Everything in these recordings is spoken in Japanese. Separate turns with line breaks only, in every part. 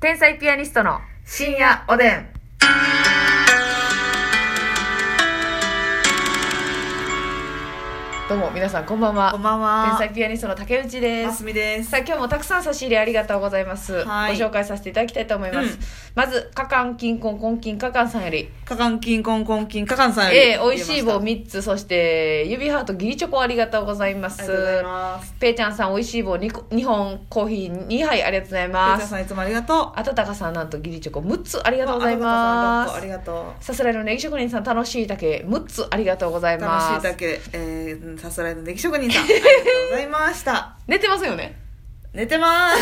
天才ピアニストの
深夜おでん。
どうも皆さんこんばんは
こんばん
天
は。
才ピアニストの竹内で
ますすみです。
さあ今日もたくさん差し入れありがとうございます、
はい
ご紹介させていただきたいと思います、
うん
まずカカンキンコンコンキンカカンさんより
かかんきんこんこんきんかかんさんより。
えー、おいしい棒
あり
3つそして指ハートギリチョコありがとうございま
が
す
とうございます。
ペイちゃんさんおいしい棒 2, 個2本コーヒー2杯ありがとうござい
あ
ま
ー
す
さんいつもありがとう。
あたたかさんなんとギリチョコ6つあり
あ
がとうございま
あり
す
がと。
さすらいのネギ職人さん楽しいだけ6つありがとうございう
楽し
ま
い
す
だけ、えー、さすらいの出来職 人さん。ありがとうございました。
寝てますよね
寝てます。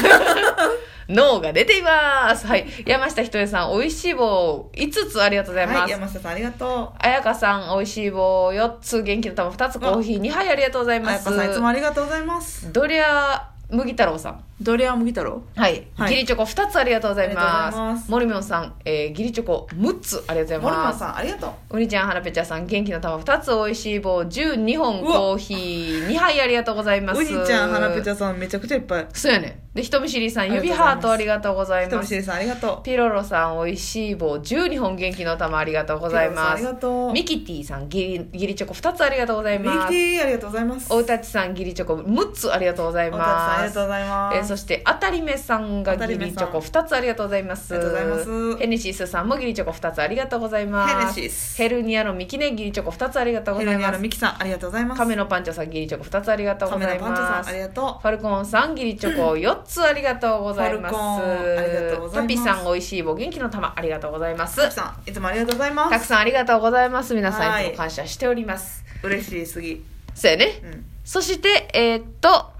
脳が出ていますはい山下ひとえさんおいしい棒5つありがとうございま
はい、
す、
山下さんありがとう。
あやかさんおいしい棒4つ元気の玉2つコーヒー2杯ありがとうござい
あ
ま
や
す
かさんいつもありがとうございます。
ドリア麦太郎さん
ドリア麦太郎
はい、
はい
ギリチョコ2つありがとうござい
あ
ま
りが
す
とうございます
モルミョンさん、えー、ギリチョコ6つありがとうご
モ
ざ
ル
い
マ
ま
ン
す
さんありがとう。
うにちゃんはなぺちゃさん元気の玉2つおいしい棒12本
うわ
コーヒー2杯ありがとうございます
ウニちゃん、はなぺち
ゃん
ゃさんめちゃくちゃいっぱい。
そうやねで人見知りさん
ありがとう
指
ございます
ハートありがとうござい
人
ま
見
す
知りさんありがとう。
ピロロさんおいしい棒12本元気の玉ありがとうございま
ピロロさんあり
す
がとう。
ミキティさんギリギリチョコ2つありがとうござい
ミ
ま
キ
す
ティありがとうございます。
大立さんギリチョコ6つありがとうござい
おたつさんあ
ま
りが
す
とうございます。
えーそしてあたりめさんがギリチョコ
あたりめ
2つありがとうございます
ありがとうございます
ヘネシスさんもギリチョコ2つありがとうございます
ヘネシス
ヘルニアのミキネギリチョコ2つありがとうご
ヘ
ざ
ル
い
ニアの
ます
ミキさんありがとうございます。
カメのパンチョさんギリチョコ2つありがとう
カ
ご
メ
ざ
ラ
い
パンチョさ
ま
ん
す
ありがと
ファルコンさんギリチョコ4つありがとうございます
ファルコンありがとうござい
ト
ます
ピさんおいしい棒元気の玉ありがとうございます
う。たくさんいつもありがとうございま
たく
す。
さんありがとうございます皆さ
は
ん
い
いつも感謝しております
嬉しいすぎ。
そうやね
うん。
そしてえーっと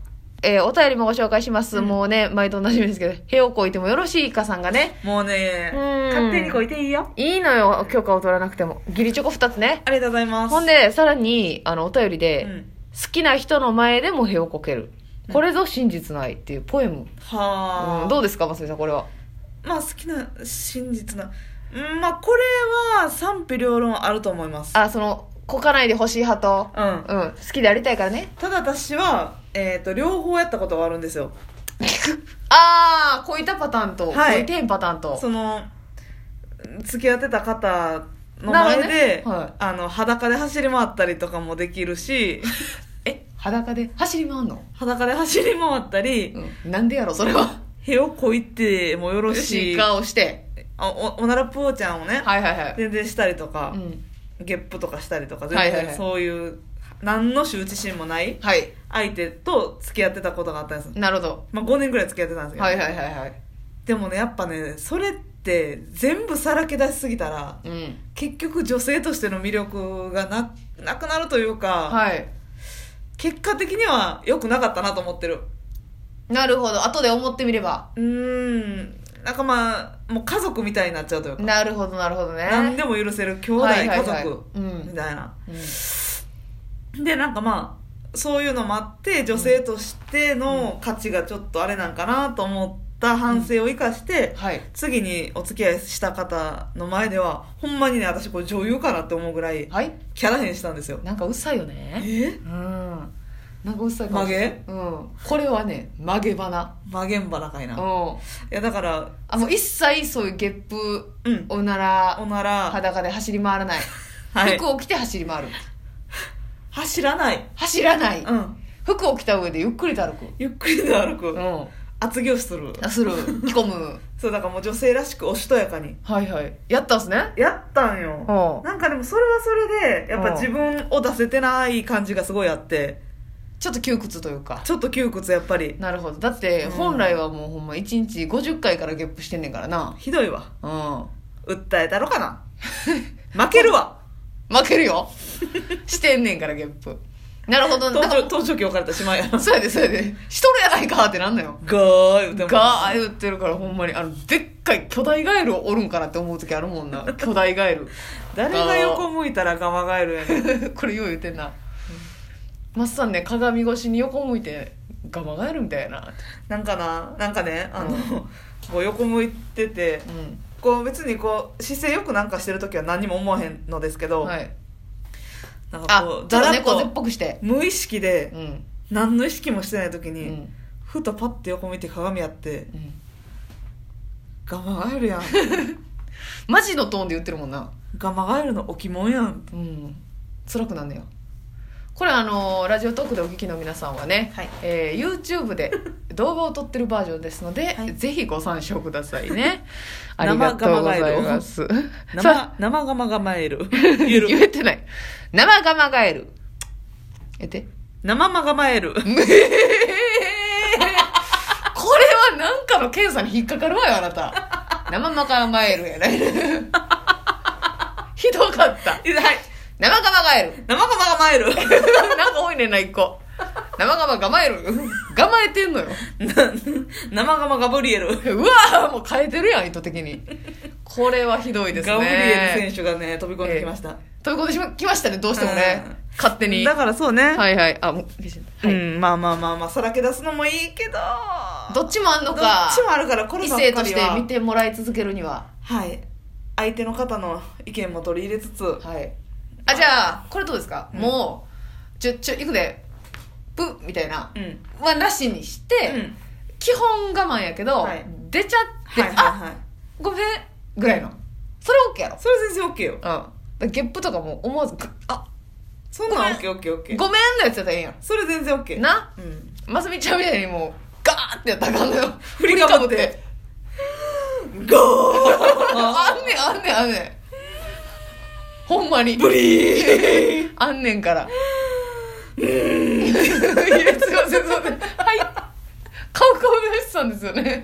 えーお便りもご紹介します、
うん
もうね毎度おなじみですけど「へをこいてもよろしいか」さんがね
もうね、
うん
勝手にこいていいよ。
いいのよ許可を取らなくてもギリチョコ2つね
ありがとうございます。
ほんでさらにあのお便りで、
うん、
好きな人の前でもへをこける
うん
これぞ真実ないっていうポエム、
はあ、
うんどうですかますみさんこれは
まあ好きな真実な、うん、まあこれは賛否両論あると思います。
あそのこかないでほしい派と、
うん。
うん、好きでありたいからね
ただ私は、えっ、と、両方やったことがあるんですよ。
ああこういったパターンと、
はい
こういてんパターンと
その、付き合ってた方の
なるほど
前で、
ねはい
あの、裸で走り回ったりとかもできるし、
え裸で走り回んの、
裸で走り回ったり、
うん、なんでやろそれは
屁をこいてもよろしい。
顔して
あおおならぷーちゃんをね、
はいはいはい、
全然したりとか
う、ん、
ゲップとかしたりとか、
はいはいはい
全然そういう、何の羞恥心もない
はい
相手と付き合ってたことがあったんです。
なるほど
まあ5年くらい付き合ってたんですけど、
はいはいはいはい
でもね、やっぱね、それって全部さらけ出しすぎたら、
うん
結局女性としての魅力がななくなるというか、
はい
結果的には良くなかったなと思ってる。
なるほど後で思ってみれば
うーん、なんかまあ、もう家族みたいになっちゃうというか、
なるほどなるほどね
何でも許せる兄弟、
はいはい
家
はい
族、
うん
みたいな。
うん
でなんかまあそういうのもあって女性としての価値がちょっとあれなんかなと思った反省を生かして、
はい
次にお付き合いした方の前ではほんまにね私これ女優かなって思うぐらい
はい
キャラ変したんですよ
なんかうっさいよね
え
うんなんかうっさいかも
曲げ
うんこれはね曲げ花
マゲンバなかい
うん
ないやだから
あもう一切そういうゲップ
うん
おなら
おなら、
裸で走り回らない、
はい
服、を着て走り回る
走らない、
走らない、
うん、
服を着た上でゆっくりと歩く
ゆっくりと歩く、
うん
厚着をする
あす る着込む
そうだからもう女性らしくおしとやかに
はいはいやったんすね
やったんよ
うん
なんかでもそれはそれでやっ
うん
ぱ自分を出せてない感じがすごいあって
ちょっと窮屈というか
ちょっと窮屈やっぱり
なるほどだって
うん
本来はもうほんま1日50回からゲップしてんねんからな
ひどいわ
う
訴えたろかな 負け るわ
ん負ける よしてんねんからゲップなるほどだ
盗
から
聴盗聴器置かれたらしまい や
そうやでそうやでしとるやないかってなんのよ
ガー言うても
ガー言ってるからほんまにあのでっかい巨大ガエルおるんかなって思う時あるも んな巨大ガエル
誰が横向いたらガマガエルやねん
これよう言うてんなマッさんね鏡越しに横向いてガマガエルみたいやな
なんかななんかねあ
う
の、
ん
こう横向いてて
う
こう別にこう姿勢よくなんかしてる時は何も思わへんのですけど、
んはい
なんか
あ
こう
ちょっ
だ
と
らっ
猫背っ
と
ぽくして
無意識で
うん
何の意識もしてない時
う
に、
ん
ふとパッて横見て鏡やって
うん
ガマガ エルやん
マジのトーンで言ってるもんな
ガマガエルの置物やん
うん辛くなんねやこれあのラジオトークでお聞きの皆さんはね、
はい
えー YouTube で動画を撮ってるバージョンですので、
はい
ぜひご参照くださいねあり
生
が
ガ
と
マ
うご
ガエル
ざいますさあ
生生ガマガマエルゆ
言
る
えてない生ガマガエルえ て
生マガマエル
えーこれはなんかの検査に引っかかるわよあなた生マガマエルやね ひどかった
いやはい
生ガマガエル
生ガマガマエ ル
なんか多いねんな、一個。生ガマ構える。構えてんのよ。
な生ガマガブリエル
うわーもう変えてるやん、意図的に。これはひどいですね。
ガブリエル選手がね飛び込んできました、
ということでしま、来ましたね、どうしてもね
うん。
勝手に。
だからそうね、
はいはい。あ、もう、は
う
い。
んまあまあまあまあさらけ出すのもいいけど
どっちもあん
ど
の
っ
か。
ちもあるからこれ
異
ばっかり
性
は
として見てもらい続けるには。
はい相手の方の意見も取り入れつつ
はい。あ、じゃあ、これどうですか、
うん
もう、ちょ、ちょ、いくで、ぷ、みたいな。
うん
は、なしにして、
うん
基本我慢やけど、
はい
出ちゃって、
はいはい
あ
はい
ごめんぐらいのそれ OK やろ
それ全然 OK よ
うんだからゲップとかも思わずグッあ
そんなん OKOKOK
ごめんのやつやったらええや
それ全然 OK
んな
うん
ますみちゃんみたいにもうガーってやったらあかんのよ
振りかぶってゴー
あんねんあんねんあんねんほんまに
ブリー
あんねんからいやすいませんすいませんはい顔顔出してたんですよね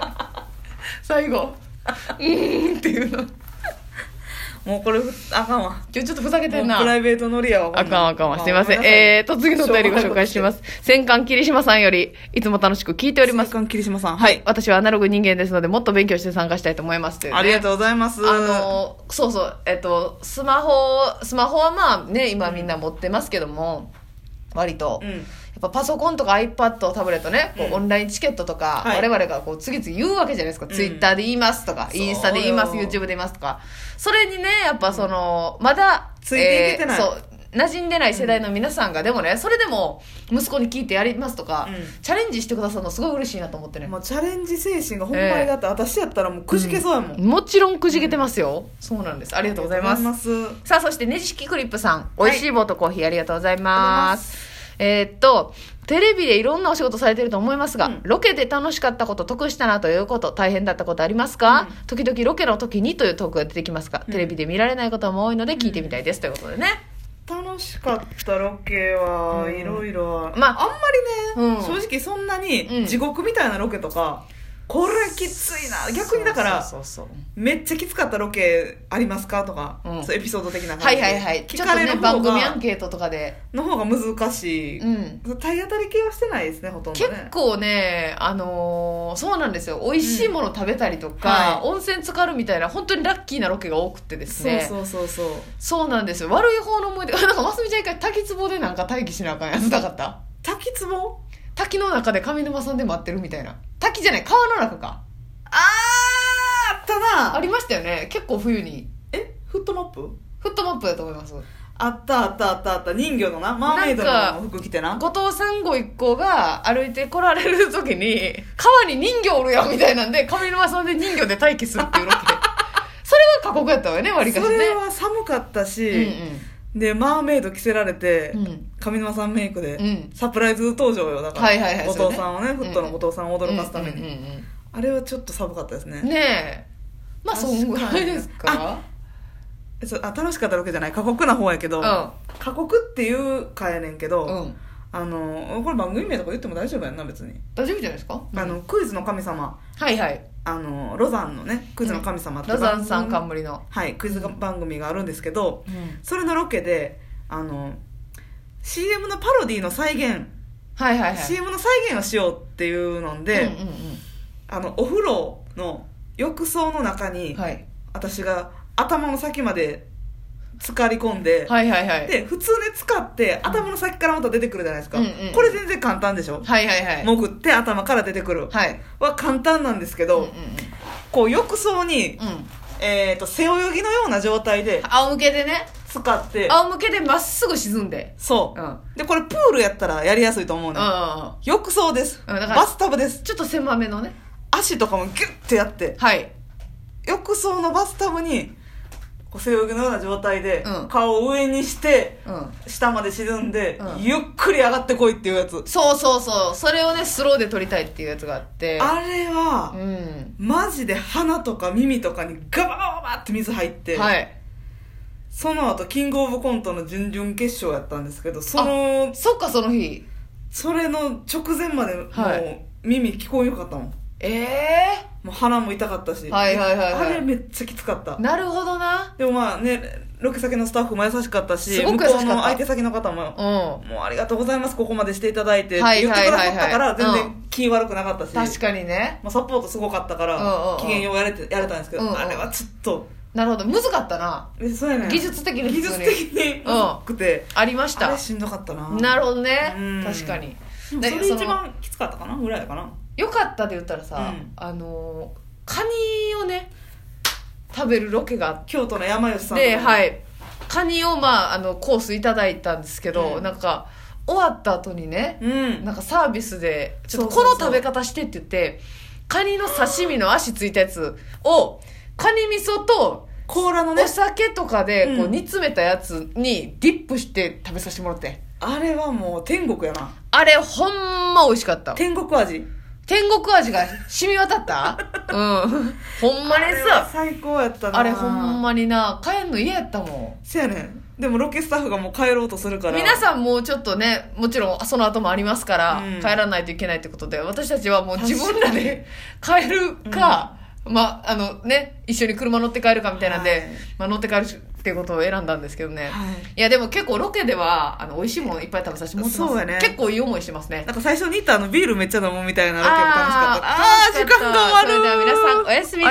最後うーんっていうの今
もうこれあかんわ
日ちょっとふざけてん
も
な
うプライベート乗りやわこ
あかんあかんわ。すいません。えーと、次のお便りご紹介しますす。戦艦霧島さんより、いつも楽しく聞いております。
関桐島さんはい
私はアナログ人間ですので、もっと勉強して参加したいと思います。というね
ありがとうございます
あのー、そうそう、えっと、スマホ、スマホはまあね、今みんな持ってますけども、割と。
う
やっ
ん
ぱパソコンとか iPad、タブレットね、こ
うん
うオンラインチケットとか、
はい
我々がこう次々言うわけじゃないですか。
ん
Twitter で言いますとか、
そうよ
インスタで言います、YouTube で言いますとか。それにね、やっぱその、まだ、
ついていけてない
えーそう馴染んでない世代の皆さんが、でもねそれでも息子に聞いてやりますとか、
うん
チャレンジしてくださるのすごい嬉しいなと思ってね
もうチャレンジ精神がほんまにだって、私やったらもうくじけそうやもん、
もちろんくじけてますよ、そうなんですありがとうございます
ありがとうございま
さあそしてねじ式クリップさん美
はい
味しい棒とコーヒーありがとうございます、えーっとテレビでいろんなお仕事されてると思いますが、
うん
ロケで楽しかったこと得したなということ大変だったことありますか、時々ロケの時にというトークが出てきますが、テレビで見られないことも多いので聞いてみたいです、ということでね
す楽しかったロケは
うん
いろいろ
まあ
あんまりね、
うん
正直そんな
うん
に地獄みたいなロケとか、これきついな逆にだから
そうそうそうそう
めっちゃきつかったロケありますかとか、
うん
そうエピソード的な
は
感じ
い
で
はいはい。
聞
ちょっ
か
と
れ
ね、
る
番
方
組ア
が
ンケートとかで。
の方が難しい、
うん。
体当たり系はしてないですねほとんどね
結構ね、あのーそうなんですよ。美味しいもの食べたりとか、
うん
温泉浸かるみたいな、本当にラッキーなロケが多くてですね。そう
そうそうそうそう
なんですよ。悪い方の思い出。 なんか、ますみちゃん一回滝壺でなんか待機しなあかんやつなかった
滝つぼ
滝の中で上沼さんで待ってるみたいな。滝じゃない、川の中か。
あーあったな
ありましたよね。結構冬に。
えフットマップ
フットマップだと思います。
あったあったあったあった人魚のなマーメイド
なんか
の服着てな
後藤さんご一行が歩いて来られる時に川に人魚おるやんみたいなんで上沼さんで人魚で待機するっていうロケそれは過酷やったわよね割りかし
そ
ね
れは寒かったし、
う
でマーメイド着せられて、
んうんうん
上沼さんメイクで、
うん
サプライズ登場よだから、
はいはいはい
後藤さんをね
そう
フ
ね
ットの後藤さんを驚かすために、
うんうん
あれはちょっと寒かったです
うん
ね
ねえまあそんぐらいですか
えそうあ楽しかったわけじゃない過酷な方やけど、
う
過酷っていうかやねんけど、
んうん
あのこれ番組名とか言っても大丈夫やんな別に、
大丈夫じゃないですか
あのクイズの神様
はいはい
あのロザンのねクイズの神様って
ロザンさん
番
冠
組
の
はいクイズが番組があるんですけど、
うん
それのロケであの CM のパロディの再現、
はいはいはい
CM の再現をしようっていうので、
うんうん
あのお風呂の浴槽の中
う
に、
んはい
私が頭の先まで浸かり込んで、
はいはいはい
で普通ね使って頭の先からまた出てくるじゃないですか、
うんうん
これ全然簡単でしょ、
はいはいはい
潜って頭から出てくる
はい
は簡単なんですけど、
うんうん
こう浴槽に、
うんうん
えー、と背泳ぎのような状態で
仰向けでね
使って
仰向けでまっすぐ沈んで
そう
う、んうん
でこれプールやったらやりやすいと思うね、浴槽です、
うんだから
バスタブです
ちょっと狭めのね
足とかもギュッてやって
はい
浴槽のバスタブにこう背泳ぎのような状態で、
うん
顔を上にして
うん
下まで沈んで、
うん
ゆっくり上がってこいっていうやつ
そうそうそうそれをねスローで撮りたいっていうやつがあって
あれは
う、ん
マジで鼻とか耳とかにガバガバガバって水入って、
はい
その後キングオブコントの準々決勝やったんですけどその
そっかその日
それの直前までもう、
はい
耳聞こえよかったもん
ええ
もう鼻も痛かったし、
はいはいはいはい
あれめっちゃきつかった
なるほどな
でもまあねロケ先のスタッフも優しかったし
すごく優しかった
向こうの相手先の方も
う
もうありがとうございますここまでしていただいてって
はい
言って
はい
くだ
はい
さ
はい
ったから全
う
然気悪くなかったし、
ん確かにね
まあ、サポートすごかったか
うんうんうん
ら機嫌ようやれてやれたんですけど、
うんうん
あれはちょっと
なるほど難かったな
えそうやねん
技術的に
技術的にむずくて、
ありまし
あ
た
れしんどかったな
なるほどね
うん
確かに
でも
で
それ
その
一番きつかったかなぐらいかな
よかったで言ったらさ、
うん
あのーカニをね食べるロケがあっ
京都の山吉さん
で、はいい、カニを、まあ、あのコースいただいたんですけど、
うん
なんか終わった後にね、
うん
なんかサービスで「ちょっと
そう
この
そうそ
食
う
べ方して」って言ってカニの刺身の足ついたやつをカニ味噌と
甲羅のね
お酒とかでこ
う
うん煮詰めたやつにディップして食べさせてもらって
あれはもう天国やな
あれほんま美味しかった
天国味
天国味が染み渡ったうんほんまに
あれは
さ
最高やったな
あれほんまにな帰んの嫌やったもん
せやねんでもロケスタッフがもう帰ろうとするから
皆さんもうちょっとねもちろんその後もありますから、
うん
帰らないといけないってことで私たちはもう自分らで帰るか、まああのね一緒に車乗って帰るかみたいなんで、
はい
まあ、乗って帰るっていうことを選んだんですけどね、
はい
い、やでも結構ロケではあの美味しいものいっぱい食べさせてもらってます
そうやね
結構いい思いしてますね
なんか最初に言ったあのビールめっちゃ飲むみたいなロケも楽しかった
あー
あー時間が終わる
それでは皆さんおやすみなさい